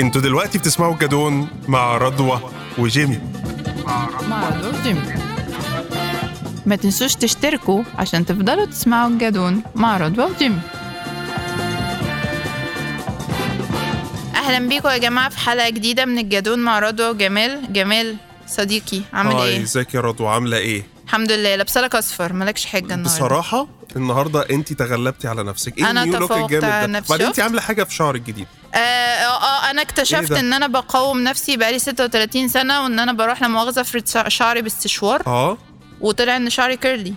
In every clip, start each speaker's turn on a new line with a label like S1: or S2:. S1: انتوا دلوقتي بتسمعوا الجدون مع رضوى وجيمي
S2: مع دور جيمي ما تنسوش تشتركوا عشان تفضلوا تسمعوا الجدون مع رضوى وجيمي اهلا بيكم يا جماعه في حلقه جديده من الجدون مع رضوى وجمال جمال صديقي عامل
S1: هاي
S2: ايه
S1: ازيك يا رضوى عامله ايه
S2: الحمد لله لابسه لك اصفر مالكش حاجه النهارده
S1: بصراحه النهارده انت تغلبتي على نفسك ايه
S2: أنا
S1: النيو لوك
S2: تفوقت على
S1: الجامد ده
S2: نفسي.
S1: بعدين انت عامله حاجه في شعرك جديد
S2: آه, اه اه انا اكتشفت
S1: إيه ده؟
S2: ان انا بقاوم نفسي بقالي 36 سنه وان انا بروح لمؤاخذه افرد شع- شعري باستشوار
S1: اه
S2: وطلع ان شعري كيرلي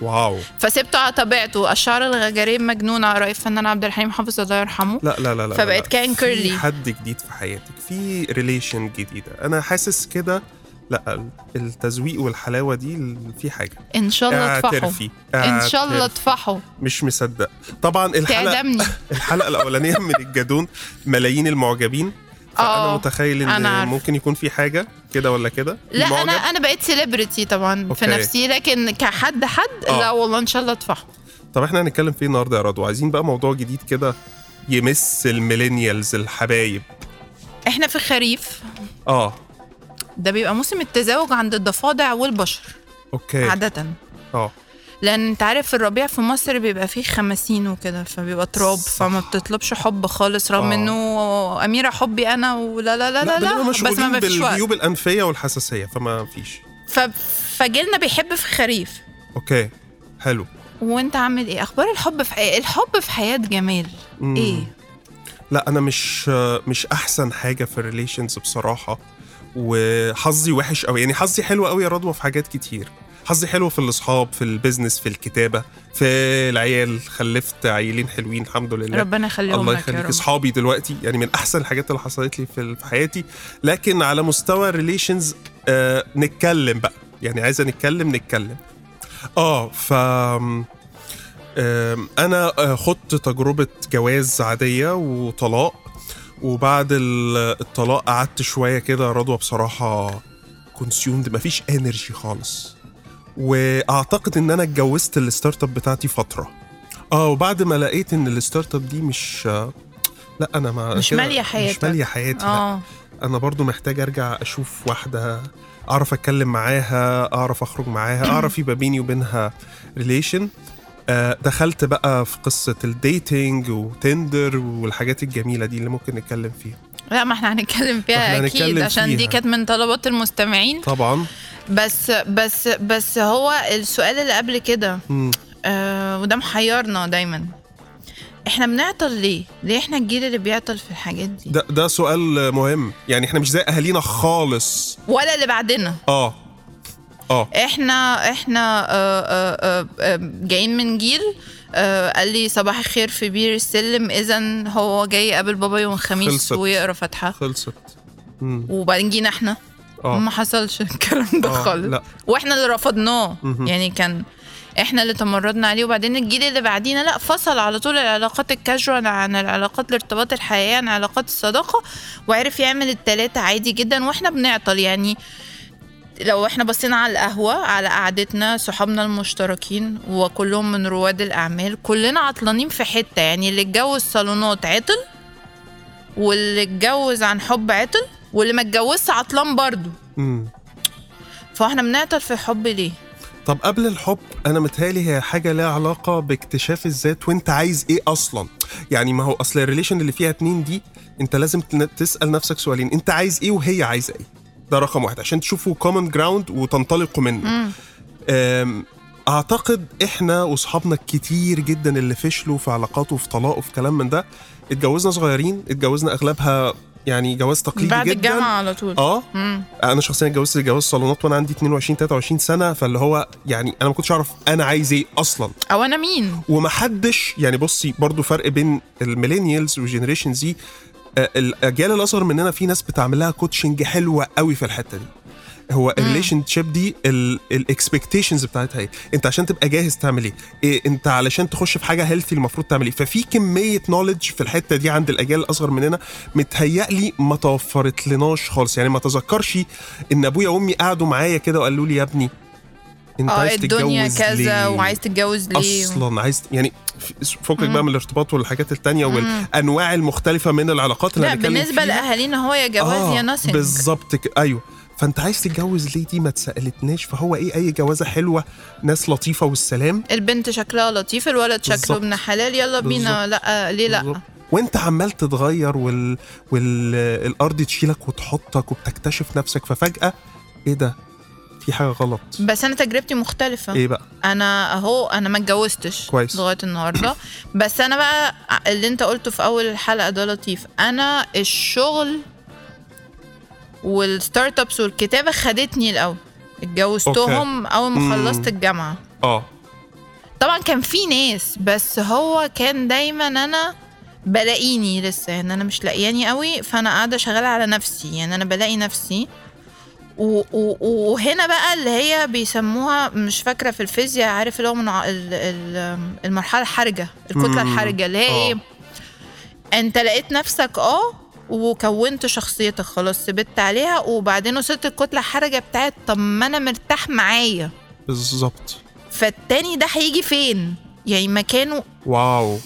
S1: واو
S2: فسبته على طبيعته الشعر الغجري مجنون على رأي الفنان عبد الحليم حافظ الله يرحمه
S1: لا لا لا لا
S2: فبقت
S1: لا.
S2: كائن
S1: في
S2: كيرلي.
S1: حد جديد في حياتك في ريليشن جديده انا حاسس كده لا التزويق والحلاوه دي ال- في حاجه
S2: ان شاء
S1: آه،
S2: الله اطفحه
S1: اعترفي
S2: ان شاء الله
S1: اعترفي.
S2: اطفحه
S1: مش مصدق طبعا الحلقه
S2: تعدمني
S1: الحلقه الاولانيه من الجدون ملايين المعجبين فانا
S2: آه،
S1: متخيل ان
S2: أنا عارفة.
S1: ممكن يكون في حاجه كده ولا كده
S2: لا
S1: معجب.
S2: انا انا بقيت سيلبرتي طبعا
S1: أوكي.
S2: في نفسي لكن كحد حد
S1: آه.
S2: لا والله ان شاء الله اطفحه
S1: طب احنا هنتكلم فيه النهارده يا رضوى عايزين بقى موضوع جديد كده يمس الميلينيالز الحبايب
S2: احنا في الخريف
S1: اه
S2: ده بيبقى موسم التزاوج عند الضفادع والبشر
S1: اوكي
S2: عاده
S1: اه
S2: لان انت عارف الربيع في مصر بيبقى فيه خمسين وكده فبيبقى تراب
S1: صح.
S2: فما بتطلبش حب خالص
S1: آه.
S2: رغم انه اميره حبي انا ولا لا لا لا,
S1: بنبقى
S2: لا, بس
S1: مشغولين
S2: ما فيش وقت
S1: بالجيوب الانفيه والحساسيه فما فيش
S2: ف... فجيلنا بيحب في الخريف
S1: اوكي حلو
S2: وانت عامل ايه اخبار الحب في إيه؟ الحب في حياه جمال
S1: مم.
S2: ايه
S1: لا انا مش مش احسن حاجه في الريليشنز بصراحه وحظي وحش قوي يعني حظي حلو قوي يا رضوى في حاجات كتير حظي حلو في الاصحاب في البيزنس في الكتابه في العيال خلفت عيلين حلوين الحمد لله
S2: ربنا يخليهم
S1: الله
S2: لك يا
S1: يخليك
S2: رب
S1: اصحابي دلوقتي يعني من احسن الحاجات اللي حصلت لي في في حياتي لكن على مستوى الريليشنز آه نتكلم بقى يعني عايزه نتكلم نتكلم اه ف آم، انا آه، خضت تجربه جواز عاديه وطلاق وبعد ال- الطلاق قعدت شويه كده يا رضوى بصراحه كونسيومد مفيش انرجي خالص واعتقد ان انا اتجوزت الستارت اب بتاعتي فتره اه وبعد ما لقيت ان الستارت اب دي مش لا انا ما
S2: مش
S1: كده-
S2: مالية
S1: مش
S2: حياتك.
S1: ماليه حياتي لا.
S2: اه
S1: انا برضو محتاج ارجع اشوف واحده اعرف اتكلم معاها اعرف اخرج معاها اعرف يبقى بيني وبينها ريليشن دخلت بقى في قصه الديتنج وتندر والحاجات الجميله دي اللي ممكن نتكلم فيها
S2: لا ما احنا هنتكلم
S1: ما
S2: فيها
S1: احنا
S2: اكيد
S1: هنتكلم
S2: عشان دي
S1: فيها.
S2: كانت من طلبات المستمعين
S1: طبعا
S2: بس بس بس هو السؤال اللي قبل كده
S1: مم.
S2: آه وده محيرنا دايما احنا بنعطل ليه؟ ليه احنا الجيل اللي بيعطل في الحاجات دي؟
S1: ده ده سؤال مهم يعني احنا مش زي اهالينا خالص
S2: ولا اللي بعدنا
S1: اه اه
S2: احنا احنا آه، آه، آه، آه، جايين من جيل آه، قال لي صباح الخير في بير السلم اذا هو جاي قبل بابا يوم الخميس
S1: خلصت.
S2: ويقرا فاتحه
S1: خلصت مم.
S2: وبعدين جينا احنا
S1: اه
S2: ما حصلش الكلام ده
S1: آه،
S2: خالص
S1: لا.
S2: واحنا اللي رفضناه
S1: مهم.
S2: يعني كان احنا اللي تمردنا عليه وبعدين الجيل اللي بعدينا لا فصل على طول العلاقات الكاجوال عن العلاقات الارتباط الحقيقي عن علاقات الصداقه وعرف يعمل التلاتة عادي جدا واحنا بنعطل يعني لو احنا بصينا على القهوة على قعدتنا صحابنا المشتركين وكلهم من رواد الأعمال كلنا عطلانين في حتة يعني اللي اتجوز صالونات عطل واللي اتجوز عن حب عطل واللي ما اتجوزش عطلان برضه
S1: مم.
S2: فاحنا بنعطل في الحب ليه؟
S1: طب قبل الحب انا متهيألي هي حاجه ليها علاقه باكتشاف الذات وانت عايز ايه اصلا يعني ما هو اصل الريليشن اللي فيها اتنين دي انت لازم تن- تسال نفسك سؤالين انت عايز ايه وهي عايزه ايه ده رقم واحد عشان تشوفوا كومن جراوند وتنطلقوا منه أم، اعتقد احنا واصحابنا الكتير جدا اللي فشلوا في علاقات وفي طلاق وفي كلام من ده اتجوزنا صغيرين اتجوزنا اغلبها يعني جواز تقليدي
S2: بعد
S1: جدا
S2: الجامعه على طول
S1: اه
S2: مم.
S1: انا شخصيا اتجوزت جواز صالونات وانا عندي 22 23 سنه فاللي هو يعني انا ما كنتش اعرف انا عايز ايه اصلا
S2: او انا مين؟
S1: ومحدش يعني بصي برضو فرق بين الميلينيالز وجنريشن زي آه، الاجيال الاصغر مننا في ناس بتعمل لها كوتشنج حلوه قوي في الحته دي هو الريليشن شيب دي الاكسبكتيشنز بتاعتها ايه انت عشان تبقى جاهز تعمل ايه, إيه انت علشان تخش في حاجه هيلثي المفروض تعمل ايه ففي كميه نولج في الحته دي عند الاجيال الاصغر مننا متهيألي ما توفرت لناش خالص يعني ما تذكرش ان ابويا وامي قعدوا معايا كده وقالوا لي يا ابني انت
S2: اه
S1: عايز
S2: الدنيا
S1: تتجوز
S2: كذا
S1: ليه؟
S2: وعايز تتجوز ليه
S1: اصلا عايز يعني فكك بقى من الارتباط والحاجات التانية والانواع المختلفه من العلاقات اللي
S2: لا
S1: هنتكلم
S2: بالنسبه
S1: فيها. آه،
S2: لاهالينا هو يا جواز يا ناسين
S1: بالظبط ك- ايوه فانت عايز تتجوز ليه دي ما اتسالتناش فهو ايه اي جوازه حلوه ناس لطيفه والسلام
S2: البنت شكلها لطيف الولد شكله
S1: بالظبط.
S2: ابن حلال يلا بينا لا آه، ليه لا
S1: وانت عمال تتغير والارض وال... الأرض تشيلك وتحطك وبتكتشف نفسك ففجاه ايه ده في حاجه غلط
S2: بس انا تجربتي مختلفه
S1: ايه بقى
S2: انا اهو انا ما اتجوزتش
S1: كويس.
S2: لغايه النهارده بس انا بقى اللي انت قلته في اول الحلقه ده لطيف انا الشغل والستارت ابس والكتابه خدتني الاول اتجوزتهم اول ما
S1: مم.
S2: خلصت الجامعه
S1: اه
S2: طبعا كان في ناس بس هو كان دايما انا بلاقيني لسه يعني انا مش لاقياني قوي فانا قاعده شغاله على نفسي يعني انا بلاقي نفسي و- و- و- وهنا بقى اللي هي بيسموها مش فاكره في الفيزياء عارف اللي هو من ع- ال- ال- المرحله الحرجه الكتله
S1: مم.
S2: الحرجه اللي هي
S1: آه.
S2: ايه انت لقيت نفسك اه وكونت شخصيتك خلاص ثبت عليها وبعدين وصلت الكتله الحرجه بتاعت طب ما انا مرتاح معايا
S1: بالظبط
S2: فالتاني ده هيجي فين يعني مكانه
S1: واو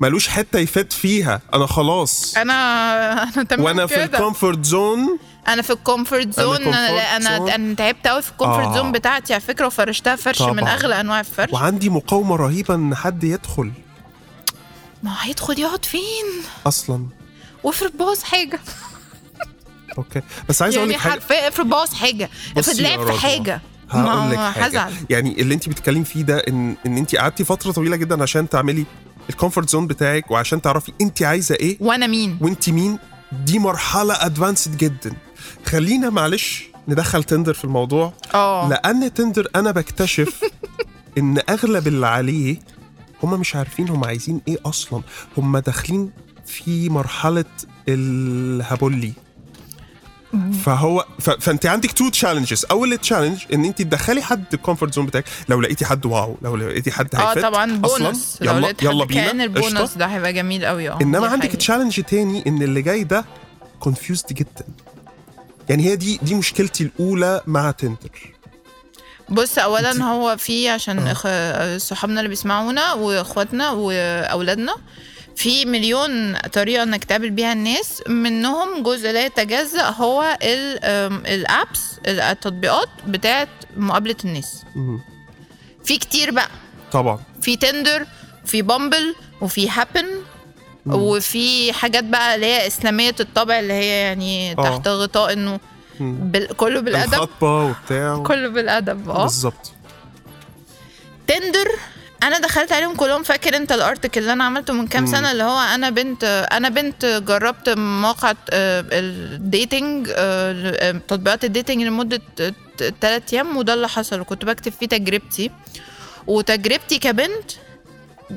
S1: ملوش حته يفات فيها انا خلاص
S2: انا انا تمام
S1: وانا في
S2: كده
S1: الكومفورت زون
S2: انا في الكومفورت زون انا
S1: comfort
S2: لا، انا
S1: zone.
S2: انا تعبت قوي في الكومفورت
S1: آه.
S2: زون بتاعتي على فكره وفرشتها فرش من
S1: طبعاً.
S2: اغلى انواع الفرش
S1: وعندي مقاومه رهيبه ان حد يدخل
S2: ما هو هيدخل يقعد فين
S1: اصلا
S2: وافرض باظ حاجه
S1: اوكي بس عايز اقول
S2: يعني
S1: لك حاجه
S2: حرفيا افرض باظ حاجه
S1: بصي
S2: افرض
S1: يا
S2: لعب في
S1: رضوى،
S2: حاجه
S1: هقول لك
S2: ما
S1: حاجه
S2: هزعل
S1: يعني اللي انت بتتكلمي فيه ده ان ان انت قعدتي فتره طويله جدا عشان تعملي الكومفورت زون بتاعك وعشان تعرفي انت عايزه ايه
S2: وانا مين
S1: وانت مين دي مرحله ادفانسد جدا خلينا معلش ندخل تندر في الموضوع
S2: اه
S1: لان تندر انا بكتشف ان اغلب اللي عليه هم مش عارفين هم عايزين ايه اصلا هم داخلين في مرحله الهبولي فهو ف... فانت عندك تو تشالنجز اول تشالنج ان انت تدخلي حد الكومفورت زون بتاعك لو لقيتي حد واو لو لقيتي حد
S2: اه
S1: هيفت
S2: طبعا
S1: أصلاً،
S2: بونص لو
S1: يلا
S2: لقيت حد
S1: يلا
S2: كان
S1: بينا قشطة.
S2: البونص ده هيبقى جميل قوي اه
S1: انما
S2: دي
S1: عندك
S2: حقيقة.
S1: تشالنج تاني ان اللي جاي ده كونفيوزد جدا يعني هي دي دي مشكلتي الاولى مع تندر
S2: بص
S1: انت-
S2: اولا هو في عشان إخ- صحابنا اللي بيسمعونا واخواتنا واولادنا في مليون طريقه انك تقابل بيها الناس منهم جزء لا يتجزا هو الابس التطبيقات بتاعت مقابله الناس
S1: مم.
S2: في كتير بقى
S1: طبعا
S2: في تندر في بامبل وفي هابن وفي حاجات بقى اللي هي اسلاميه الطبع اللي هي يعني
S1: آه.
S2: تحت غطاء انه
S1: مم.
S2: بال... كله بالادب
S1: الخطبه وبتاع
S2: كله بالادب اه
S1: بالظبط
S2: تندر انا دخلت عليهم كلهم فاكر انت الارتكل اللي انا عملته من كام سنه اللي هو انا بنت انا بنت جربت آه، مواقع الديتنج آه، تطبيقات آه، الديتنج لمده 3 ايام وده اللي حصل وكنت بكتب فيه تجربتي وتجربتي كبنت 100%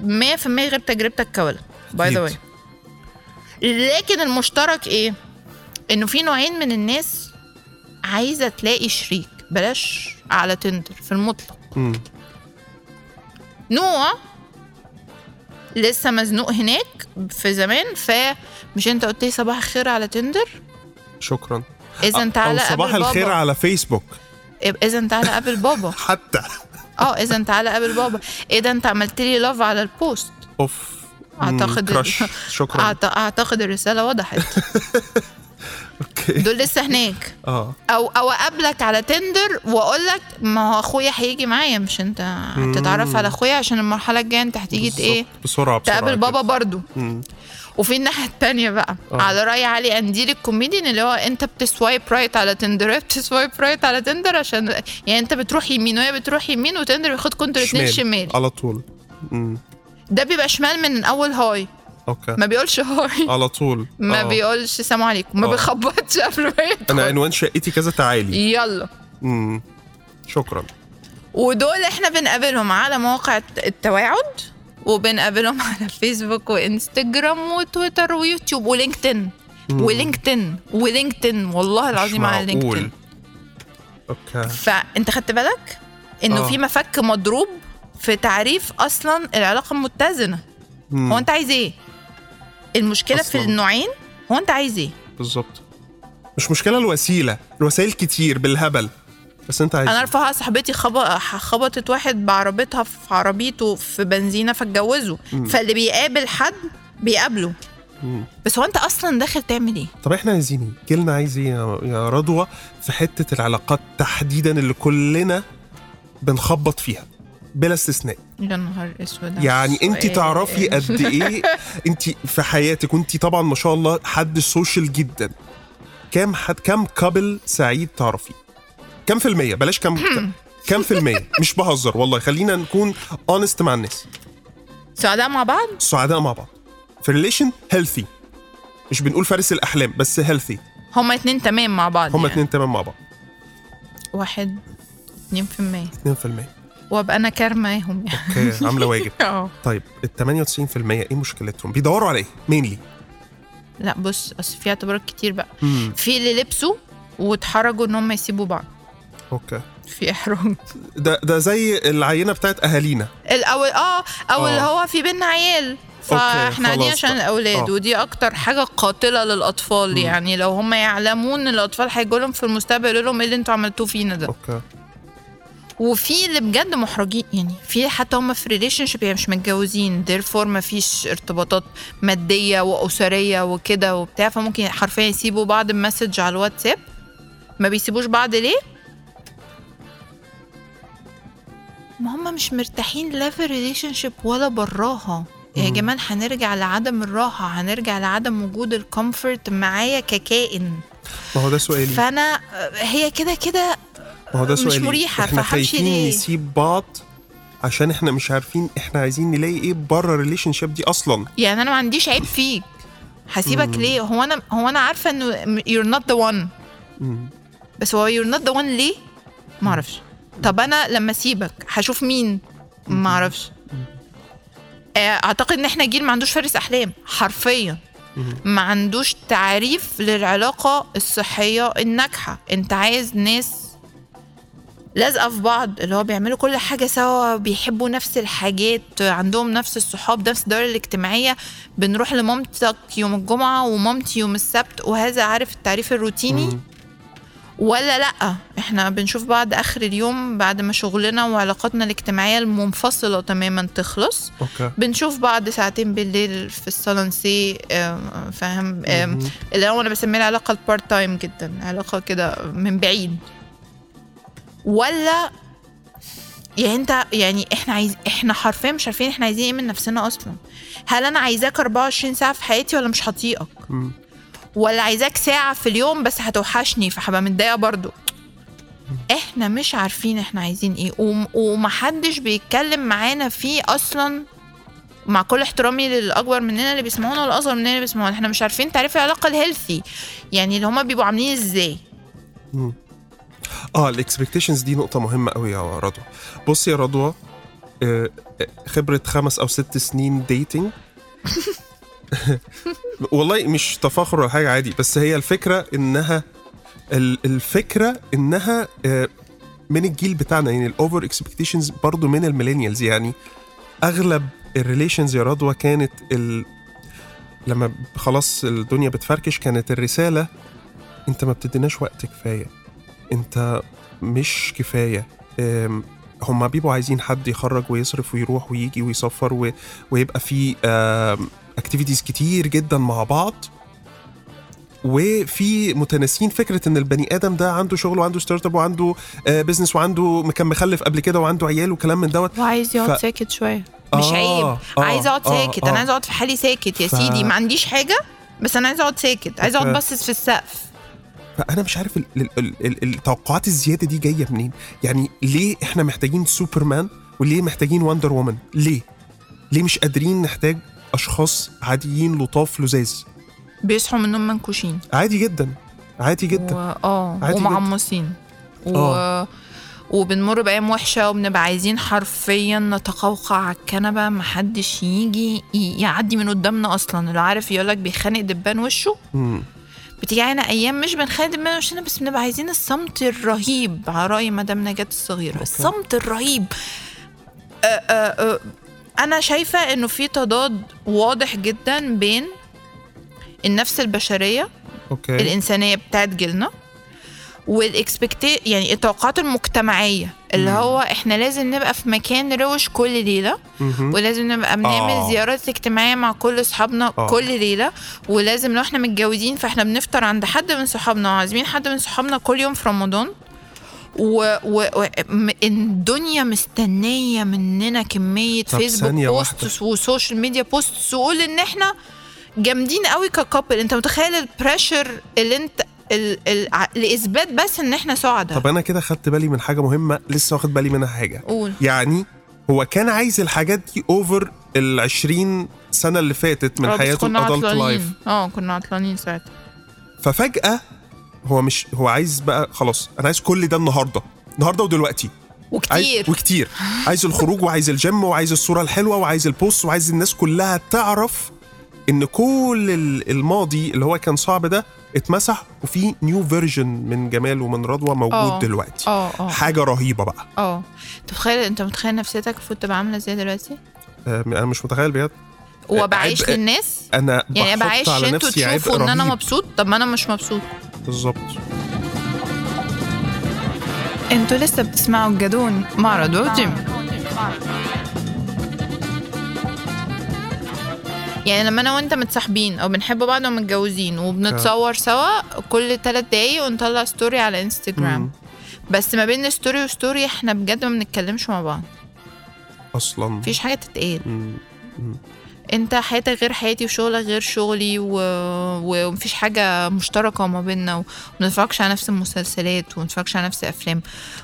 S2: غير تجربتك كولد باي ذا
S1: أكيد.
S2: واي لكن المشترك ايه انه في نوعين من الناس عايزه تلاقي شريك بلاش على تندر في المطلق
S1: مم.
S2: نوع لسه مزنوق هناك في زمان فمش انت قلت لي صباح الخير على تندر
S1: شكرا
S2: اذا تعالى
S1: او صباح
S2: قابل
S1: الخير
S2: بابا
S1: على فيسبوك
S2: اذا تعالى قابل بابا
S1: حتى
S2: اه اذا تعالى قابل بابا ايه ده انت عملت لي لاف على البوست
S1: اوف مم،
S2: أعتقد-
S1: كراش شكرا
S2: أعت- اعتقد الرساله وضحت
S1: اوكي
S2: دول لسه هناك
S1: اه
S2: او او اقابلك على تندر واقول لك ما هو اخويا هيجي معايا مش انت هتتعرف على اخويا عشان المرحله الجايه انت هتيجي ت- ايه
S1: بالظبط، بسرعه بسرعه
S2: تقابل
S1: كده.
S2: بابا برضو
S1: مم.
S2: وفي الناحيه التانية بقى
S1: آه.
S2: أوه. على راي علي انديل الكوميديان اللي هو انت بتسوايب رايت على تندر هي بتسوايب رايت على تندر عشان يعني انت بتروح يمين وهي بتروح يمين وتندر بياخد كنتر اتنين
S1: شمال. آه.
S2: شمال
S1: على طول مم.
S2: ده بيبقى شمال من اول هاي
S1: اوكي
S2: ما بيقولش هاي
S1: على طول
S2: ما
S1: آه.
S2: بيقولش سلام عليكم ما
S1: آه.
S2: بيخبطش قبل ما
S1: انا
S2: يدخل
S1: عنوان شقتي كذا تعالي
S2: يلا
S1: مم. شكرا
S2: ودول احنا بنقابلهم على مواقع الت- التواعد وبنقابلهم على فيسبوك وانستجرام وتويتر ويوتيوب ولينكدين ولينكدين ولينكدين والله العظيم على
S1: مش معقول.
S2: لينكدين
S1: اوكي
S2: فانت خدت بالك انه
S1: آه.
S2: في مفك مضروب في تعريف اصلا العلاقه المتزنه
S1: مم.
S2: هو انت عايز ايه المشكله في
S1: أصلاً.
S2: النوعين هو انت عايز ايه
S1: بالظبط مش مشكله الوسيله الوسائل كتير بالهبل بس انت عايز
S2: انا عارفه واحدة صاحبتي خب- خبطت واحد بعربيتها في عربيته في بنزينه فاتجوزوا فاللي بيقابل حد بيقابله بس هو انت اصلا داخل تعمل ايه؟
S1: طب احنا عايزين ايه؟ جيلنا عايز ايه يا- يا رضوى في حته العلاقات تحديدا اللي كلنا بنخبط فيها بلا استثناء
S2: يا نهار اسود
S1: يعني انت
S2: آه، سؤال.
S1: تعرفي قد ايه انت في حياتك وانت طبعا ما شاء الله حد سوشيال جدا كام حد كام كابل سعيد تعرفي كام في المية بلاش كام كام في المية مش بهزر والله خلينا نكون اونست مع الناس
S2: سعداء مع بعض؟
S1: سعداء مع بعض في ريليشن هيلثي مش بنقول فارس الاحلام بس هيلثي
S2: هما اتنين تمام مع بعض
S1: هما
S2: يعني.
S1: اتنين تمام مع بعض
S2: واحد اتنين في المية
S1: 2%
S2: وابقى انا كارماهم يعني
S1: اوكي عامله واجب
S2: اه
S1: طيب ال 98% ايه مشكلتهم؟ بيدوروا على ايه؟ مينلي
S2: لا بص اصل في اعتبارات كتير بقى في اللي لبسوا واتحرجوا ان هم يسيبوا بعض
S1: اوكي
S2: في احراج
S1: ده ده زي العينه بتاعت اهالينا
S2: الاول اه او
S1: آه.
S2: اللي هو في بينا عيال فاحنا قاعدين
S1: خلاص
S2: عشان
S1: بقى.
S2: الاولاد
S1: آه.
S2: ودي اكتر حاجه قاتله للاطفال يعني لو هم يعلمون إن الاطفال هيجوا لهم في المستقبل يقولوا لهم ايه اللي انتوا عملتوه فينا ده
S1: اوكي
S2: وفي اللي بجد محرجين يعني في حتى هم في ريليشن شيب يعني مش متجوزين ديرفور ما فيش ارتباطات ماديه واسريه وكده وبتاع فممكن حرفيا يسيبوا بعض المسج على الواتساب ما بيسيبوش بعض ليه ما هم مش مرتاحين لا في الريليشن شيب ولا براها يا جماعه هنرجع لعدم الراحه هنرجع لعدم وجود الكومفورت معايا ككائن
S1: ما هو ده سؤالي
S2: فانا هي كده كده
S1: ما هو ده
S2: مش
S1: سؤالي
S2: مريحة،
S1: احنا
S2: فهمشي
S1: خايفين
S2: ليه؟
S1: نسيب بعض عشان احنا مش عارفين احنا عايزين نلاقي ايه بره الريليشن شيب دي اصلا
S2: يعني انا ما عنديش عيب فيك هسيبك ليه هو انا هو انا عارفه انه you're not the one
S1: مم.
S2: بس هو you're not the one ليه ما اعرفش طب انا لما اسيبك هشوف مين ما اعرفش آه، اعتقد ان احنا جيل ما عندوش فارس احلام حرفيا ما عندوش تعريف للعلاقه الصحيه الناجحه انت عايز ناس لازقه في بعض اللي هو بيعملوا كل حاجه سوا بيحبوا نفس الحاجات عندهم نفس الصحاب نفس الدوره الاجتماعيه بنروح لمامتك يوم الجمعه ومامتي يوم السبت وهذا عارف التعريف الروتيني ولا لا احنا بنشوف بعض اخر اليوم بعد ما شغلنا وعلاقاتنا الاجتماعيه المنفصله تماما تخلص
S1: اوكي
S2: بنشوف بعض ساعتين بالليل في الصالونسي آم، فاهم آم، اللي هو انا بسميه العلاقه البارت تايم جدا علاقه كده من بعيد ولا يعني انت يعني احنا عايز احنا حرفيا مش عارفين احنا عايزين ايه من نفسنا اصلا هل انا عايزاك 24 ساعه في حياتي ولا مش هطيقك
S1: مم.
S2: ولا عايزاك ساعة في اليوم بس هتوحشني فهبقى متضايقة برضو احنا مش عارفين احنا عايزين ايه وم- ومحدش بيتكلم معانا فيه اصلا مع كل احترامي للاكبر مننا اللي بيسمعونا والاصغر مننا اللي بيسمعونا احنا مش عارفين تعريف العلاقه الهيلثي يعني اللي هما بيبقوا عاملين ازاي
S1: اه الاكسبكتيشنز دي نقطه مهمه قوي يا رضوى بصي يا رضوى آه، آه، خبره خمس او ست سنين ديتنج والله مش تفاخر ولا حاجه عادي بس هي الفكره انها ال- الفكره انها آه، من الجيل بتاعنا يعني الاوفر اكسبكتيشنز برضو من الميلينيالز يعني اغلب الريليشنز يا رضوى كانت ال... لما خلاص الدنيا بتفركش كانت الرساله انت ما بتديناش وقت كفايه انت مش كفايه أم، هما بيبقوا عايزين حد يخرج ويصرف ويروح ويجي ويسفر و... ويبقى في اكتيفيتيز كتير جدا مع بعض وفي متناسين فكره ان البني ادم ده عنده شغل وعنده ستارت اب وعنده بزنس وعنده م- كان مخلف قبل كده وعنده عيال وكلام من دوت
S2: وعايز يقعد
S1: ف-
S2: ساكت شويه مش
S1: آه،
S2: عيب
S1: آه،
S2: عايز اقعد
S1: آه،
S2: ساكت
S1: آه.
S2: انا عايز اقعد في حالي ساكت يا
S1: ف-
S2: سيدي ما عنديش حاجه بس انا عايز اقعد ساكت عايز اقعد
S1: ف-
S2: باصص في السقف
S1: فانا مش عارف ال- ال- ال- ال- التوقعات الزياده دي جايه منين يعني ليه احنا محتاجين سوبرمان وليه محتاجين وندر وومن ليه ليه مش قادرين نحتاج اشخاص عاديين لطاف لزاز
S2: بيصحوا من النوم منكوشين
S1: عادي جدا عادي
S2: و...
S1: جدا
S2: اه
S1: عادي جدا.
S2: ومعمصين و...
S1: آه.
S2: وبنمر بايام وحشه وبنبقى عايزين حرفيا نتقوقع على الكنبه محدش يجي ي- يعدي من قدامنا اصلا اللي عارف يقولك بيخانق دبان وشه
S1: مم.
S2: بتيجي علينا ايام مش بنخانق دبان وشنا بس بنبقى عايزين الصمت الرهيب على راي مدام نجاة الصغيره الصمت الرهيب آه، آه، آه، انا شايفه انه في تضاد واضح جدا بين النفس البشريه
S1: اوكي
S2: الانسانيه بتاعت جيلنا والاكسبكتي يعني التوقعات المجتمعيه اللي هو احنا لازم نبقى في مكان روش كل ليله
S1: مهم.
S2: ولازم نبقى بنعمل
S1: آه.
S2: زيارات اجتماعيه مع كل اصحابنا
S1: آه.
S2: كل ليله ولازم لو احنا متجوزين فاحنا بنفطر عند حد من صحابنا وعازمين حد من صحابنا كل يوم في رمضان و... و... و... م- الدنيا مستنيه مننا كميه
S1: طب
S2: فيسبوك
S1: ثانية واحدة.
S2: بوستس وسوشيال ميديا بوستس وقول ان احنا جامدين قوي ككابل انت متخيل البريشر اللي انت ال... ال... ع- لاثبات بس ان احنا سعداء
S1: طب انا كده خدت بالي من حاجه مهمه لسه واخد بالي منها حاجه
S2: قول
S1: يعني هو كان عايز الحاجات دي اوفر ال 20 سنه اللي فاتت من
S2: آه، بس
S1: حياته
S2: كنا
S1: الادلت لايف
S2: عطلانين اه كنا عطلانين ساعتها
S1: ففجاه هو مش هو عايز بقى خلاص انا عايز كل ده النهارده النهارده ودلوقتي
S2: وكتير
S1: عايز وكتير عايز الخروج وعايز الجيم وعايز الصوره الحلوه وعايز البوست وعايز الناس كلها تعرف ان كل ال- الماضي اللي هو كان صعب ده اتمسح وفي نيو فيرجن من جمال ومن رضوى موجود
S2: آه.
S1: دلوقتي
S2: اه اه
S1: حاجه رهيبه بقى
S2: اه تخيل انت متخيل نفسيتك المفروض تبقى عامله ازاي دلوقتي
S1: آه، انا مش متخيل بجد
S2: وبعيش
S1: عبء-
S2: للناس
S1: انا
S2: يعني
S1: بحط
S2: بعيش
S1: على
S2: انتوا
S1: نفسي عبء
S2: تشوفوا ان انا
S1: رهيب.
S2: مبسوط طب ما انا مش مبسوط
S1: بالظبط
S2: انتوا لسه بتسمعوا الجدون مع رضوى وجيم يعني لما انا وانت متصاحبين او بنحب بعض ومتجوزين وبنتصور سوا كل ثلاث دقايق ونطلع ستوري على انستجرام
S1: مم.
S2: بس ما بين ستوري وستوري احنا بجد ما بنتكلمش مع بعض
S1: اصلا
S2: مفيش حاجه تتقال
S1: مم.
S2: انت حياتك غير حياتي وشغلك غير شغلي و... و- ومفيش حاجه مشتركه ما بيننا وما بنتفرجش على نفس المسلسلات وما بنتفرجش على نفس الافلام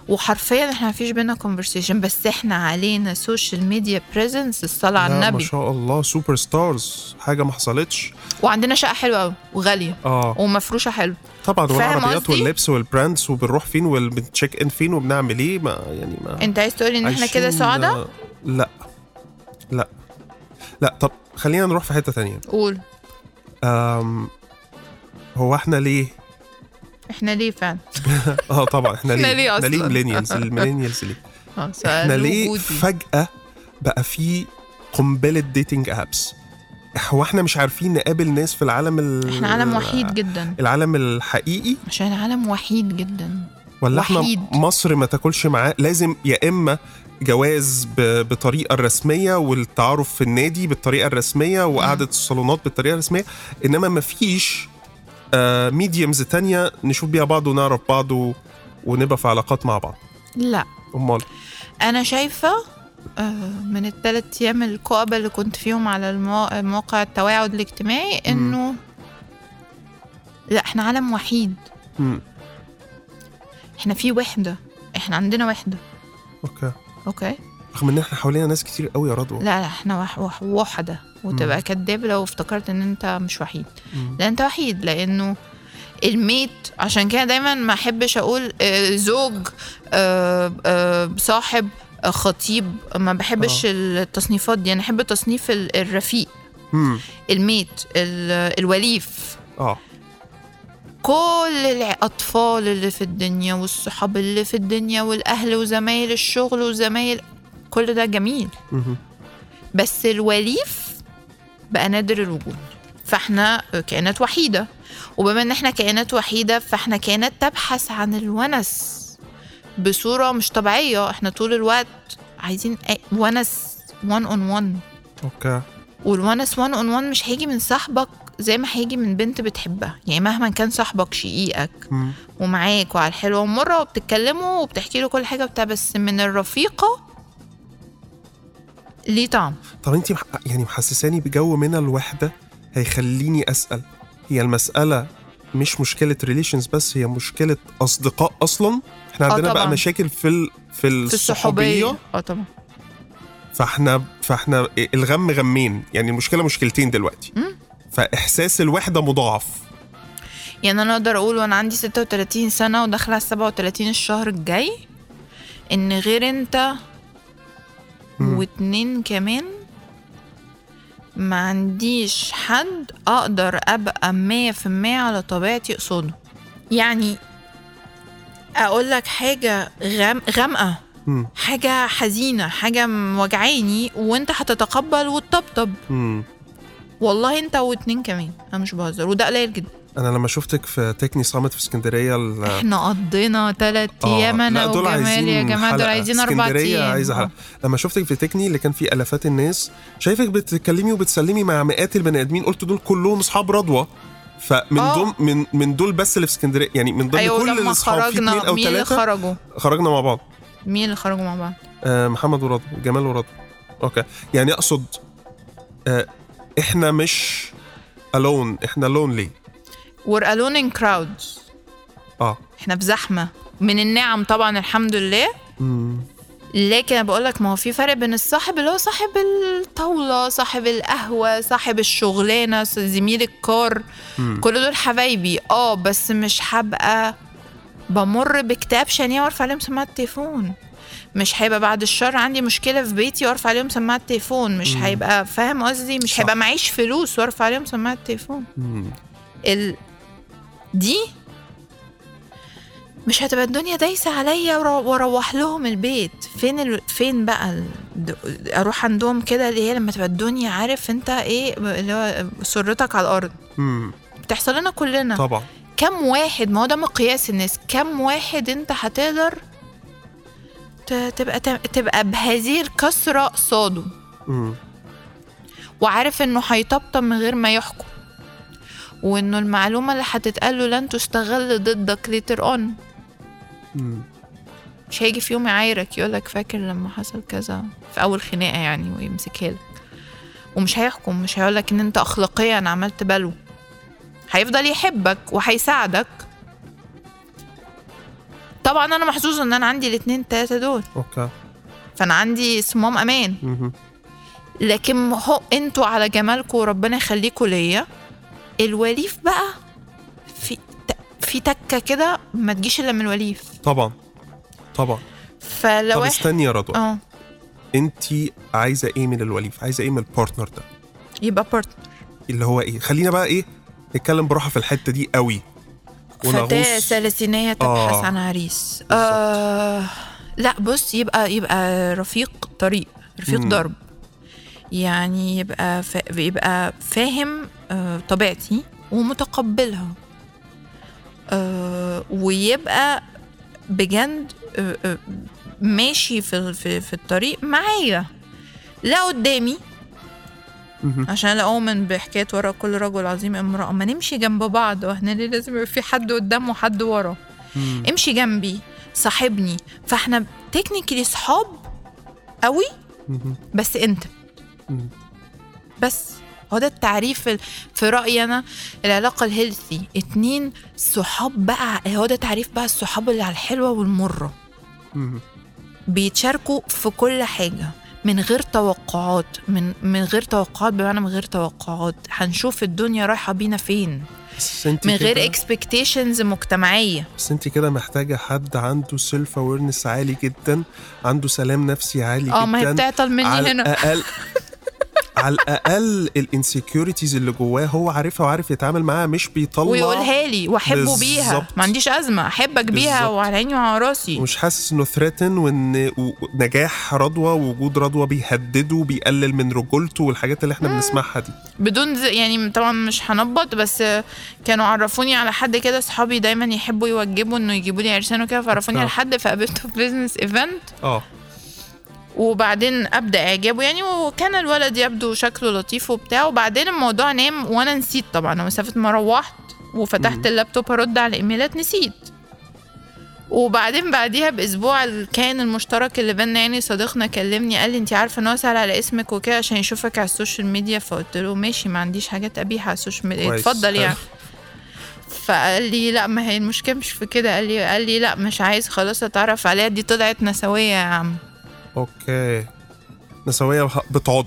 S2: وحرفيا احنا مفيش بينا كونفرسيشن بس احنا علينا سوشيال ميديا بريزنس الصلاه على
S1: لا، ما
S2: النبي
S1: شاء الله سوبر ستارز حاجه ما حصلتش
S2: وعندنا شقه حلوه قوي وغاليه
S1: اه
S2: ومفروشه حلوه
S1: طبعا
S2: فاهم
S1: والعربيات
S2: قصدي؟
S1: واللبس والبراندز وبنروح فين وبنتشيك ان فين وبنعمل ايه ما يعني ما
S2: انت عايز تقولي ان احنا كده
S1: عايشين-
S2: سعداء
S1: لا لا لا طب خلينا نروح في حته تانية
S2: قول
S1: أم... هو احنا ليه
S2: احنا ليه فعلا
S1: اه طبعا احنا ليه
S2: إحنا ليه
S1: احنا ليه
S2: أصلاً؟
S1: ميلينيالز الميلينيالز ليه
S2: اه سؤال
S1: احنا ليه
S2: وجودي.
S1: فجأة بقى في قنبلة ديتنج ابس هو احنا مش عارفين نقابل ناس في العالم ال...
S2: احنا عالم وحيد جدا
S1: العالم الحقيقي
S2: عشان عالم وحيد جدا
S1: ولا
S2: وحيد.
S1: احنا مصر ما تاكلش معاه لازم يا اما جواز ب... بطريقة الرسمية والتعارف في النادي بالطريقة الرسمية وقعدة الصالونات بالطريقة الرسمية انما ما فيش ميديمز تانية نشوف بيها بعض ونعرف بعض و... ونبقى في علاقات مع بعض
S2: لا
S1: امال
S2: انا شايفه آه، من الثلاث ايام القابة اللي كنت فيهم على الموا- موقع التواعد الاجتماعي انه لا احنا عالم وحيد
S1: مم.
S2: احنا في وحده احنا عندنا وحده
S1: اوكي
S2: اوكي
S1: رغم ان احنا حوالينا ناس كتير قوي يا رضوى
S2: لا لا احنا وح وح وحده وتبقى كداب لو افتكرت ان انت مش وحيد
S1: مم.
S2: لا انت وحيد لانه الميت عشان كده دايما ما احبش اقول آه، زوج آه، آه، صاحب آه، خطيب ما بحبش
S1: آه.
S2: التصنيفات دي انا احب تصنيف ال- الرفيق
S1: مم.
S2: الميت ال- الوليف
S1: اه
S2: كل الأطفال اللي في الدنيا والصحاب اللي في الدنيا والأهل وزمايل الشغل وزمايل كل ده جميل
S1: مهم.
S2: بس الوليف بقى نادر الوجود فاحنا كائنات وحيدة وبما ان احنا كائنات وحيدة فاحنا كائنات تبحث عن الونس بصورة مش طبيعية احنا طول الوقت عايزين أي- ونس وان اون وان
S1: اوكي
S2: والونس وان اون وان مش هيجي من صاحبك زي ما هيجي من بنت بتحبها يعني مهما كان صاحبك شقيقك
S1: مم.
S2: ومعاك وعلى الحلوة والمرة وبتتكلموا وبتحكي له كل حاجة بتاع بس من الرفيقة ليه طعم
S1: طب انت مح... يعني محسساني بجو من الوحده هيخليني اسال هي المساله مش مشكله ريليشنز بس هي مشكله اصدقاء اصلا احنا
S2: آه
S1: عندنا بقى
S2: طبعاً.
S1: مشاكل في ال... في
S2: في الصحوبية
S1: الصحوبيه
S2: اه طبعا
S1: فاحنا فاحنا الغم غمين يعني المشكله مشكلتين دلوقتي
S2: مم.
S1: فاحساس الوحده مضاعف
S2: يعني انا اقدر اقول وانا عندي 36 سنه وداخله على 37 الشهر الجاي ان غير انت
S1: مم.
S2: واتنين كمان ما عنديش حد اقدر ابقى مية في المية على طبيعتي قصاده يعني اقول لك حاجه غام غامقه
S1: مم.
S2: حاجه حزينه حاجه وجعاني وانت هتتقبل وتطبطب
S1: مم.
S2: والله انت واتنين كمان انا مش بهزر وده قليل جدا
S1: انا لما شفتك في تكني صامت في اسكندريه ال-
S2: احنا قضينا ثلاث
S1: آه،
S2: ايام انا
S1: لا، دول
S2: وجمال يا
S1: عايزين
S2: جماعه دول
S1: حلقة.
S2: عايزين آه. اربع
S1: اسكندرية
S2: ايام
S1: عايزه حلقه لما شفتك في تكني اللي كان فيه الافات الناس شايفك بتتكلمي وبتسلمي مع مئات البني ادمين قلت دول كلهم اصحاب رضوى فمن
S2: آه.
S1: دول من من دول بس اللي في اسكندريه يعني من ضمن
S2: ايوه
S1: كل
S2: لما
S1: الاصحاب في اثنين
S2: خرجنا
S1: او
S2: مين اللي
S1: ثلاثه
S2: خرجوا
S1: خرجنا مع بعض
S2: مين اللي خرجوا مع بعض
S1: آه محمد ورضوى جمال ورضوى اوكي يعني اقصد آه احنا مش الون احنا لونلي
S2: we're alone in crowds
S1: اه
S2: احنا في زحمه من النعم طبعا الحمد لله
S1: مم.
S2: لكن انا بقول لك ما هو في فرق بين الصاحب اللي هو صاحب الطاوله صاحب القهوه صاحب الشغلانه زميل الكار كل دول حبايبي اه بس مش هبقى بمر باكتئاب شنيع وارفع عليهم سماعه التليفون مش هيبقى بعد الشر عندي مشكله في بيتي وارفع عليهم سماعه التليفون مش هيبقى فاهم قصدي مش
S1: صح.
S2: هيبقى معيش فلوس وارفع عليهم سماعه التليفون
S1: مم.
S2: ال... دي مش هتبقى الدنيا دايسه عليا ورا- واروح لهم البيت فين ال... فين بقى ال... د- اروح عندهم كده اللي هي لما تبقى الدنيا عارف انت ايه ب- اللي هو سرتك على الارض
S1: مم.
S2: بتحصل لنا كلنا طب.
S1: طبعا
S2: كم واحد ما هو ده مقياس الناس كم واحد انت هتقدر ت... تبقى تبقى بهذه الكثره قصاده
S1: مم.
S2: وعارف انه هيطبطب من غير ما يحكم وانه المعلومه اللي هتتقال له لن تستغل ضدك ليتر اون
S1: مم.
S2: مش هيجي في يوم يعايرك يقولك فاكر لما حصل كذا في اول خناقه يعني ويمسكها لك ومش هيحكم مش هيقولك ان انت اخلاقيا عملت بلو هيفضل يحبك وهيساعدك طبعا انا محظوظه ان انا عندي الاتنين تلاته دول
S1: اوكي
S2: فانا عندي صمام امان
S1: مهم.
S2: لكن هو انتوا على جمالكم وربنا يخليكم ليا الوليف بقى في ت- في تكه كده ما تجيش الا من الوليف
S1: طبعا طبعا
S2: فلو
S1: طب
S2: واحد
S1: استني يا رضوى
S2: اه
S1: انت عايزه ايه من الوليف عايزه ايه من البارتنر ده
S2: يبقى بارتنر
S1: اللي هو ايه خلينا بقى ايه نتكلم براحه في الحته دي قوي
S2: فتاه
S1: ونغوص
S2: ثلاثينيه تبحث
S1: آه.
S2: عن عريس آه لا بص يبقى يبقى رفيق طريق رفيق
S1: مم.
S2: درب يعني يبقى فا يبقى فاهم آه طبيعتي ومتقبلها آه ويبقى بجد آه آه ماشي في في, في الطريق معايا لا قدامي
S1: مهم.
S2: عشان لا اؤمن بحكايه ورا كل رجل عظيم امراه ما نمشي جنب بعض واحنا ليه لازم يبقى في حد قدام وحد ورا
S1: مم.
S2: امشي جنبي صاحبني فاحنا تكنيكلي صحاب قوي
S1: مهم.
S2: بس انت
S1: مم.
S2: بس هو ده التعريف ال- في رأيي أنا العلاقة الهيلثي اتنين صحاب بقى هو ده تعريف بقى الصحاب اللي على الحلوة والمرة
S1: مم.
S2: بيتشاركوا في كل حاجة من غير توقعات من من غير توقعات بمعنى من غير توقعات هنشوف الدنيا رايحة بينا فين
S1: بس انت
S2: من غير
S1: كده-
S2: اكسبكتيشنز مجتمعية
S1: بس انت كده محتاجه حد عنده سيلف اويرنس عالي جدا عنده سلام نفسي عالي جدا
S2: اه ما هي بتعطل مني
S1: على
S2: هنا
S1: الاقل على الاقل الانسكيورتيز اللي جواه هو عارفها وعارف يتعامل معاها مش بيطلع
S2: ويقولها لي واحبه بيها
S1: بالظبط.
S2: ما عنديش ازمه احبك بيها
S1: بالظبط.
S2: وعلى عيني وعلى راسي
S1: ومش حاسس انه ثريتن وان و- نجاح رضوى ووجود رضوى بيهدده وبيقلل من رجولته والحاجات اللي احنا بنسمعها دي
S2: بدون ز... يعني طبعا مش هنبط بس كانوا عرفوني على حد كده صحابي دايما يحبوا يوجبوا انه يجيبوا لي عرسان وكده فعرفوني
S1: آه.
S2: على حد فقابلته في بيزنس ايفنت
S1: اه
S2: وبعدين ابدا اعجبه يعني وكان الولد يبدو شكله لطيف وبتاع وبعدين الموضوع نام وانا نسيت طبعا انا مسافه ما روحت وفتحت اللابتوب ارد على الايميلات نسيت وبعدين بعديها باسبوع ال- كان المشترك اللي بينا يعني صديقنا كلمني قال لي انت عارفه ان هو سال على اسمك وكده عشان يشوفك على السوشيال ميديا فقلت له ماشي ما عنديش حاجات قبيحه على السوشيال ميديا
S1: كويس.
S2: اتفضل
S1: حلو.
S2: يعني فقال لي لا ما هي المشكله مش في كده قال لي قال لي لا مش عايز خلاص اتعرف عليها دي طلعت نسويه يا عم
S1: اوكي نسوية بح- بتعض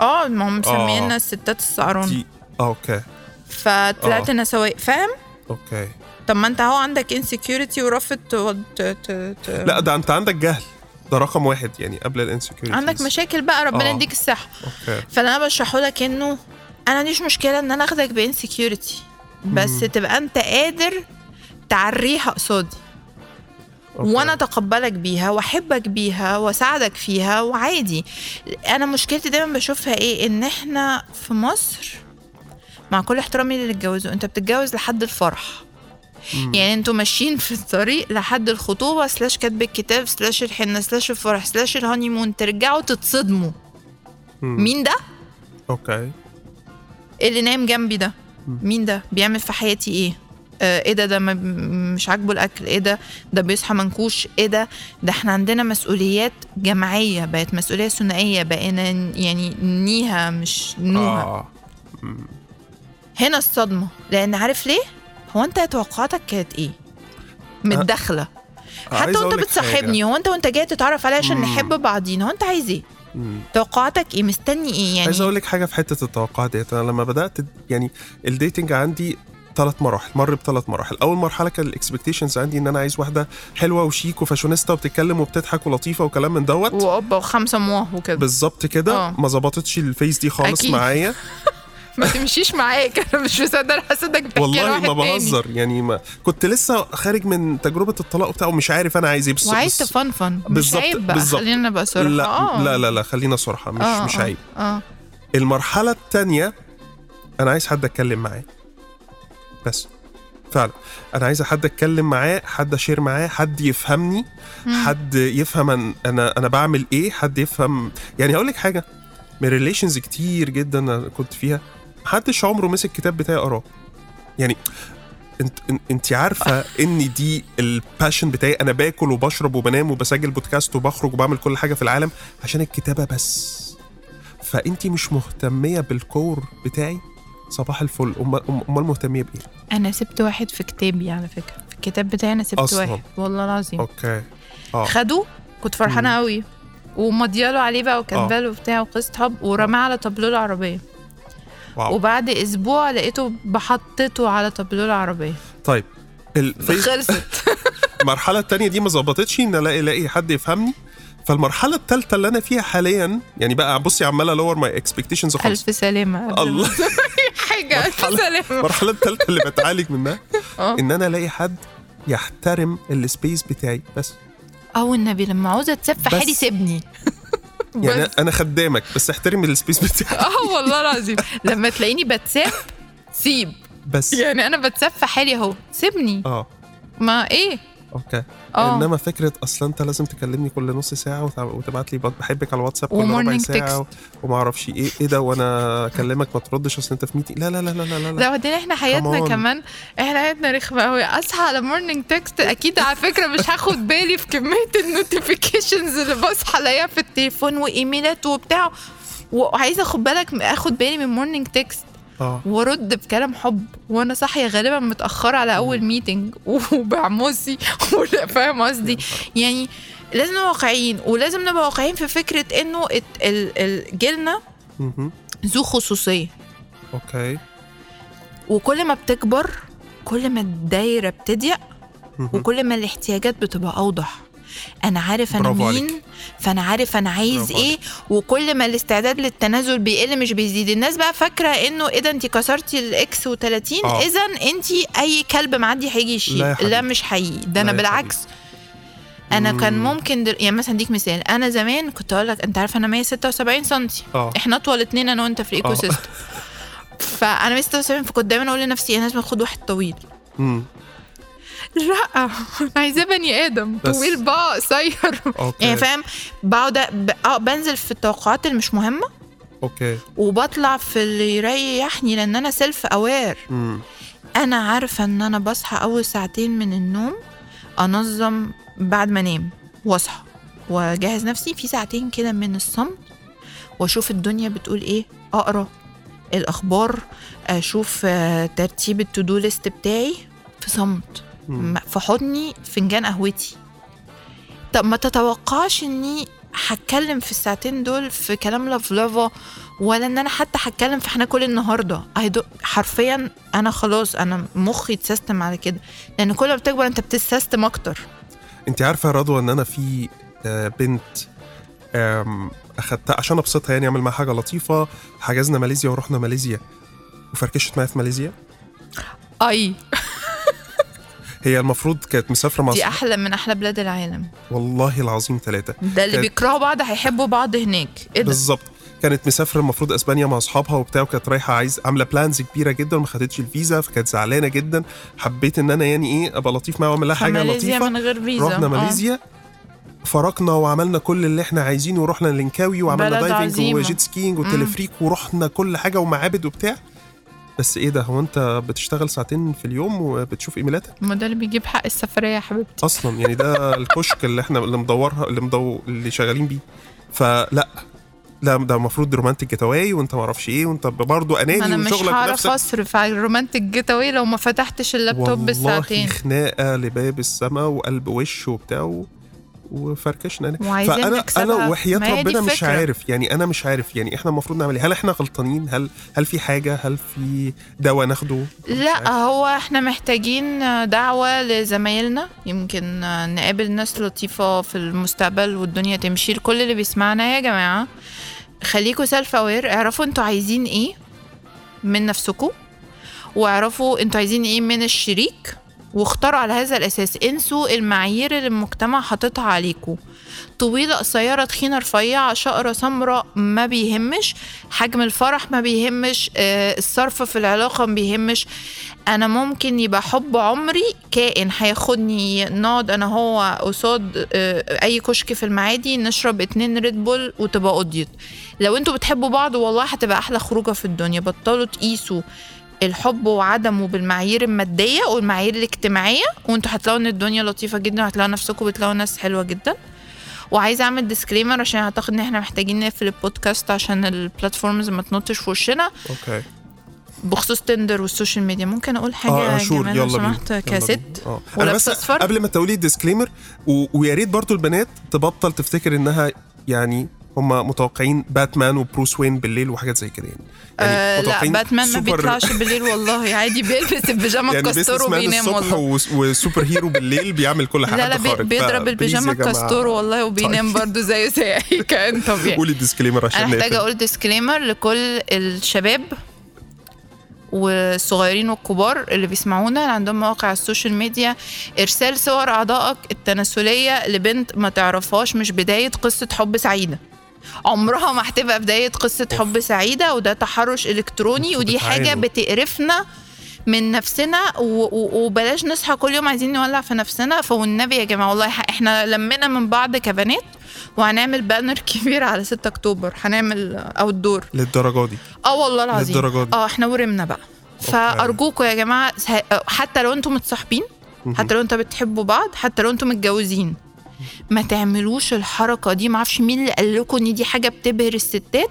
S2: اه ما هم
S1: آه.
S2: مسمينا الستات السعرون
S1: دي اه اوكي
S2: فطلعت
S1: آه.
S2: انا سواق فاهم
S1: اوكي
S2: طب ما انت اهو عندك انسكيورتي ورافض ت- ت- ت- ت-
S1: لا ده انت عندك جهل ده رقم واحد يعني قبل الانسكيورتي
S2: عندك مشاكل بقى ربنا
S1: آه.
S2: يديك الصحه
S1: اوكي
S2: فاللي انا بشرحه لك انه انا ما عنديش مشكله ان انا اخدك بانسكيورتي بس تبقى انت قادر تعريها قصادي
S1: أوكي.
S2: وانا اتقبلك بيها واحبك بيها واساعدك فيها إيه؟ وعادي انا مشكلتي دايما بشوفها ايه ان احنا في مصر مع كل احترامي للي اتجوزوا انت بتتجوز لحد الفرح يعني انتوا ماشيين في الطريق لحد الخطوبه سلاش كاتب الكتاب سلاش الحنه سلاش الفرح سلاش الهانيمون ترجعوا تتصدموا
S1: مم.
S2: مين ده
S1: اوكي
S2: اللي نايم جنبي ده مين ده بيعمل في حياتي ايه آه، ايه ده ده ما- مش عاجبه الاكل ايه ده ده بيصحى منكوش ايه ده ده احنا عندنا مسؤوليات جماعيه بقت مسؤوليه ثنائيه بقينا ن- يعني نيها مش نوها آه.
S1: اه
S2: هنا الصدمه لان عارف ليه هو انت توقعاتك كانت ايه متداخله
S1: أه. عايز
S2: حتى وانت
S1: أقول لك حاجة.
S2: بتصاحبني يعني. هو انت وانت جاي تتعرف عليا عشان
S1: مم.
S2: نحب بعضين هو انت عايز ايه
S1: مم.
S2: توقعاتك ايه مستني ايه
S1: عايز
S2: يعني
S1: اقول لك حاجه في حته التوقعات ديت انا لما بدات يعني الديتنج عندي ثلاث مراحل مر بثلاث مراحل اول مرحله كان الاكسبكتيشنز عندي ان انا عايز واحده حلوه وشيك وفاشونيستا وبتتكلم وبتضحك ولطيفه وكلام من دوت
S2: واوبا وخمسه مواه وكده
S1: بالظبط كده
S2: آه.
S1: ما ظبطتش الفيس دي خالص
S2: أكيد.
S1: معايا
S2: ما تمشيش معاك انا مش مصدق حاسدك بتحكي
S1: والله
S2: لواحد
S1: ما
S2: تاني.
S1: بهزر يعني ما كنت لسه خارج من تجربه الطلاق وبتاع ومش عارف انا عايز ايه بس
S2: وعايز
S1: بس-
S2: تفنفن مش
S1: بالظبط-
S2: عيب بقى
S1: بالظبط.
S2: خلينا نبقى صراحة
S1: لا
S2: آه.
S1: لا لا لا خلينا صراحه مش
S2: آه،
S1: مش
S2: آه،
S1: عيب
S2: اه
S1: المرحله الثانيه انا عايز حد اتكلم معاه بس فعلا انا عايز حد اتكلم معاه حد اشير معاه حد يفهمني حد يفهم أن- انا انا بعمل ايه حد يفهم يعني هقول لك حاجه من ريليشنز كتير جدا أنا كنت فيها محدش عمره مسك الكتاب بتاعي قراه يعني انت إن- انت عارفه ان دي الباشن بتاعي انا باكل وبشرب وبنام وبسجل بودكاست وبخرج وبعمل كل حاجه في العالم عشان الكتابه بس فانت مش مهتميه بالكور بتاعي صباح الفل امال أم أمال مهتميه بايه
S2: انا سبت واحد في كتابي على فكره في الكتاب بتاعي انا سبت
S1: أصلاً.
S2: واحد والله العظيم
S1: اوكي اه
S2: خدوه كنت فرحانه قوي ومضياله عليه بقى وكاتباله
S1: آه.
S2: وبتاع وقصه حب ورماه على طابلوه العربيه
S1: واو
S2: وبعد اسبوع لقيته بحطته على طابلوه العربيه
S1: طيب الفيس
S2: خلصت
S1: المرحله الثانيه دي ما ظبطتش ان الاقي الاقي حد يفهمني فالمرحله الثالثه اللي انا فيها حاليا يعني بقى بصي عماله لور ماي اكسبكتيشنز خالص
S2: الف سلامه قبل ما
S1: الله.
S2: تقولي حاجه الف
S1: مرحلة-
S2: سلامه
S1: المرحله الثالثه اللي بتعالج منها
S2: آه.
S1: ان انا الاقي حد يحترم السبيس بتاعي بس
S2: او النبي لما عاوزه اتساب في
S1: بس.
S2: حالي سيبني
S1: يعني
S2: بس.
S1: أنا- انا خدامك بس احترم السبيس بتاعي
S2: اه والله العظيم لما تلاقيني بتساب سيب
S1: بس
S2: يعني انا بتساب في حالي اهو سيبني
S1: اه
S2: ما ايه
S1: اوكي
S2: اه.
S1: انما فكره اصلا انت لازم تكلمني كل نص ساعه وت- وتبعت لي بحبك على واتساب كل ربع
S2: ومورنينج
S1: ساعه و... وما اعرفش ايه ايه ده وانا اكلمك ما تردش اصل انت في ميتنج لا لا لا لا لا لا,
S2: لا وبعدين احنا حياتنا
S1: on.
S2: كمان احنا حياتنا رخمه قوي اصحى على مورنينج تكست اكيد على فكره مش هاخد بالي في كميه النوتيفيكيشنز اللي بصحى الاقيها في التليفون وايميلات وبتاع وعايزه اخد بالك اخد بالي من مورنينج تكست
S1: اه
S2: وارد بكلام حب وانا صاحيه غالبا متاخره على اول ميتنج وبعموسي ولا فاهم قصدي يعني لازم نبقى واقعيين ولازم نبقى واقعيين في فكره انه الت- ال- ال- جيلنا
S1: مهم.
S2: ذو خصوصيه
S1: اوكي
S2: وكل ما بتكبر كل ما الدايره بتضيق
S1: مهم.
S2: وكل ما الاحتياجات بتبقى اوضح انا عارف انا
S1: برافو عليك.
S2: مين فانا عارف انا عايز
S1: برافو
S2: ايه وكل ما الاستعداد للتنازل بيقل مش بيزيد الناس بقى فاكره انه ايه ده انت كسرتي الاكس و30
S1: آه.
S2: اذا انت اي كلب معدي هيجي
S1: لا
S2: يشيل
S1: يا
S2: لا,
S1: حبيبي.
S2: لا مش حقيقي ده انا
S1: لا يا
S2: بالعكس انا كان
S1: مم.
S2: ممكن دل... يعني مثلا اديك مثال انا زمان كنت اقول لك انت عارفه انا 176 سم
S1: آه.
S2: احنا اطول اتنين انا وانت في الايكو
S1: آه.
S2: سيستم فانا 176 فكنت دايما اقول لنفسي انا لازم اخد واحد طويل
S1: مم.
S2: لا انا عايزاه بني ادم
S1: بس.
S2: طويل بقى قصير
S1: اوكي
S2: يعني فاهم بقعد ب... اه بنزل في التوقعات اللي مش مهمه
S1: اوكي
S2: وبطلع في اللي يريحني لان انا سيلف اوير
S1: مم.
S2: انا عارفه ان انا بصحى اول ساعتين من النوم انظم بعد ما انام واصحى واجهز نفسي في ساعتين كده من الصمت واشوف الدنيا بتقول ايه اقرا الاخبار اشوف آه، ترتيب التودو ليست بتاعي في صمت
S1: مم.
S2: م- في حضني فنجان قهوتي طب ما تتوقعش اني هتكلم في الساعتين دول في كلام لفلفه ولا ان انا حتى هتكلم في هناكل النهارده I don't- حرفيا انا خلاص انا مخي اتسيستم على كده لان كل ما بتكبر انت بتتسيستم اكتر
S1: انت عارفه يا رضوى ان انا في آه، بنت آم، اخدتها عشان ابسطها يعني اعمل معاها حاجه لطيفه حجزنا ماليزيا ورحنا ماليزيا وفركشت معايا في ماليزيا
S2: اي
S1: هي المفروض كانت مسافره مع
S2: دي
S1: أصحابها.
S2: احلى من احلى بلاد العالم
S1: والله العظيم ثلاثه
S2: ده اللي
S1: كانت-
S2: بيكرهوا بعض هيحبوا بعض هناك ايه ده
S1: بالظبط كانت مسافره المفروض اسبانيا مع اصحابها وبتاع وكانت رايحه عايز عامله بلانز كبيره جدا وما خدتش الفيزا فكانت زعلانه جدا حبيت ان انا يعني ايه ابقى لطيف معاها واعمل لها حاجه
S2: ماليزيا
S1: لطيفه
S2: من غير فيزا
S1: رحنا
S2: آه.
S1: ماليزيا فرقنا وعملنا كل اللي احنا عايزينه ورحنا لينكاوي وعملنا
S2: بلد
S1: دايفنج
S2: عظيمة.
S1: وجيت سكينج وتلفريك ورحنا كل حاجه ومعابد وبتاع بس ايه ده هو انت بتشتغل ساعتين في اليوم وبتشوف ايميلاتك
S2: ما ده اللي بيجيب حق السفريه يا حبيبتي
S1: اصلا يعني ده الكشك اللي احنا اللي مدورها اللي مدو اللي شغالين بيه فلا لا ده المفروض رومانتك جتاواي وانت ما اعرفش ايه وانت برضه اناني
S2: انا مش
S1: وشغلك
S2: هعرف
S1: بنفسك.
S2: اصرف على الرومانتك جيتاوي لو ما فتحتش اللابتوب
S1: والله
S2: بالساعتين
S1: خناقه لباب السما وقلب وش وبتاع و... وفركشنا يعني. انا
S2: وعايزين
S1: فانا انا
S2: نكسبها.
S1: وحياه
S2: ما هي دي
S1: ربنا مش
S2: الفكرة.
S1: عارف يعني انا مش عارف يعني احنا المفروض نعمل ايه هل احنا غلطانين هل هل في حاجه هل في دواء ناخده مش
S2: لا
S1: عارف.
S2: هو احنا محتاجين دعوة لزمايلنا يمكن نقابل ناس لطيفة في المستقبل والدنيا تمشي لكل اللي بيسمعنا يا جماعة خليكوا سيلف اوير اعرفوا انتوا عايزين ايه من نفسكوا واعرفوا انتوا عايزين ايه من الشريك واختاروا على هذا الاساس انسوا المعايير اللي المجتمع حاططها عليكوا طويلة قصيرة تخينة رفيعة شقرة سمراء ما بيهمش حجم الفرح ما بيهمش آه، الصرف في العلاقة ما بيهمش أنا ممكن يبقى حب عمري كائن هياخدني نقعد أنا هو قصاد آه، أي كشك في المعادي نشرب اتنين ريد بول وتبقى قضيت لو انتوا بتحبوا بعض والله هتبقى أحلى خروجة في الدنيا بطلوا تقيسوا الحب وعدمه بالمعايير المادية والمعايير الاجتماعية وانتوا هتلاقوا ان الدنيا لطيفة جدا وهتلاقوا نفسكم بتلاقوا ناس حلوة جدا وعايزه اعمل ديسكليمر عشان اعتقد ان احنا محتاجين نقفل البودكاست عشان البلاتفورمز ما تنطش في وشنا
S1: اوكي
S2: بخصوص تندر والسوشيال ميديا ممكن اقول حاجه
S1: اه
S2: يا
S1: شور
S2: جمال لو
S1: يلا
S2: سمحت
S1: بينا يلا
S2: كست
S1: بينا. آه. انا
S2: ولابس
S1: بس
S2: أصفر؟
S1: قبل ما تقولي الديسكليمر و... ويا ريت برضه البنات تبطل تفتكر انها يعني هم متوقعين باتمان وبروس وين بالليل وحاجات زي كده يعني,
S2: آه لا
S1: متوقعين
S2: باتمان ما
S1: سوبر-
S2: بيطلعش بالليل والله عادي بيلبس البيجامه
S1: يعني
S2: الكاستور
S1: بيزنس مان
S2: وبينام
S1: الصبح
S2: والله
S1: و... وسوبر هيرو بالليل بيعمل كل حاجه
S2: لا لا بي- بيضرب البيجامه الكاستور والله وبينام
S1: طيب.
S2: برضه زيه زي اي كائن طبيعي
S1: قولي الديسكليمر عشان
S2: انا محتاجه
S1: نقفل.
S2: اقول ديسكليمر لكل الشباب والصغيرين والكبار اللي بيسمعونا اللي عندهم مواقع السوشيال ميديا ارسال صور اعضائك التناسليه لبنت ما تعرفهاش مش بدايه قصه حب سعيده عمرها ما هتبقى بدايه قصه حب سعيده وده تحرش الكتروني
S1: انتوا
S2: ودي حاجه
S1: بتعانوا.
S2: بتقرفنا من نفسنا و- و- وبلاش نصحى كل يوم عايزين نولع في نفسنا فوالنبي يا جماعه والله ح- احنا لمينا من بعض كبنات وهنعمل بانر كبير على 6 اكتوبر هنعمل اوت دور
S1: للدرجه دي
S2: اه والله العظيم
S1: للدرجة دي.
S2: اه احنا ورمنا بقى فارجوكوا يا جماعه ه- حتى لو انتم متصاحبين حتى لو انتوا بتحبوا بعض حتى لو انتم متجوزين ما تعملوش الحركه دي ما اعرفش مين اللي قال لكم ان دي حاجه بتبهر الستات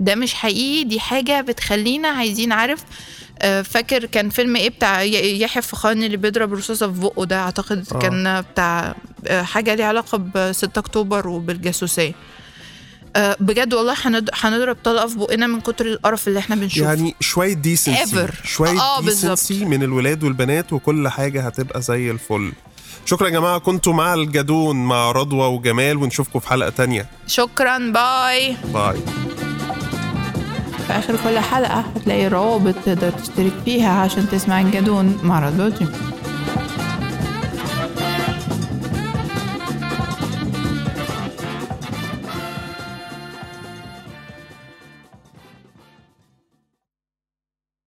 S2: ده مش حقيقي دي حاجه بتخلينا عايزين عارف آه، فاكر كان فيلم ايه بتاع ي- يحيى الفخراني اللي بيضرب رصاصه في بقه ده اعتقد
S1: آه.
S2: كان بتاع آه، حاجه ليها علاقه ب 6 اكتوبر وبالجاسوسيه آه، بجد والله هند- هنضرب طلقه في بقنا من كتر القرف اللي احنا بنشوفه
S1: يعني شويه ديسنسي
S2: Ever.
S1: شويه
S2: آه، بالظبط.
S1: ديسنسي من الولاد والبنات وكل حاجه هتبقى زي الفل شكرا يا جماعه كنتوا مع الجدون مع رضوى وجمال ونشوفكم في حلقه تانية
S2: شكرا باي
S1: باي
S2: في اخر كل حلقه هتلاقي روابط تقدر تشترك فيها عشان تسمع الجدون مع راديو جيم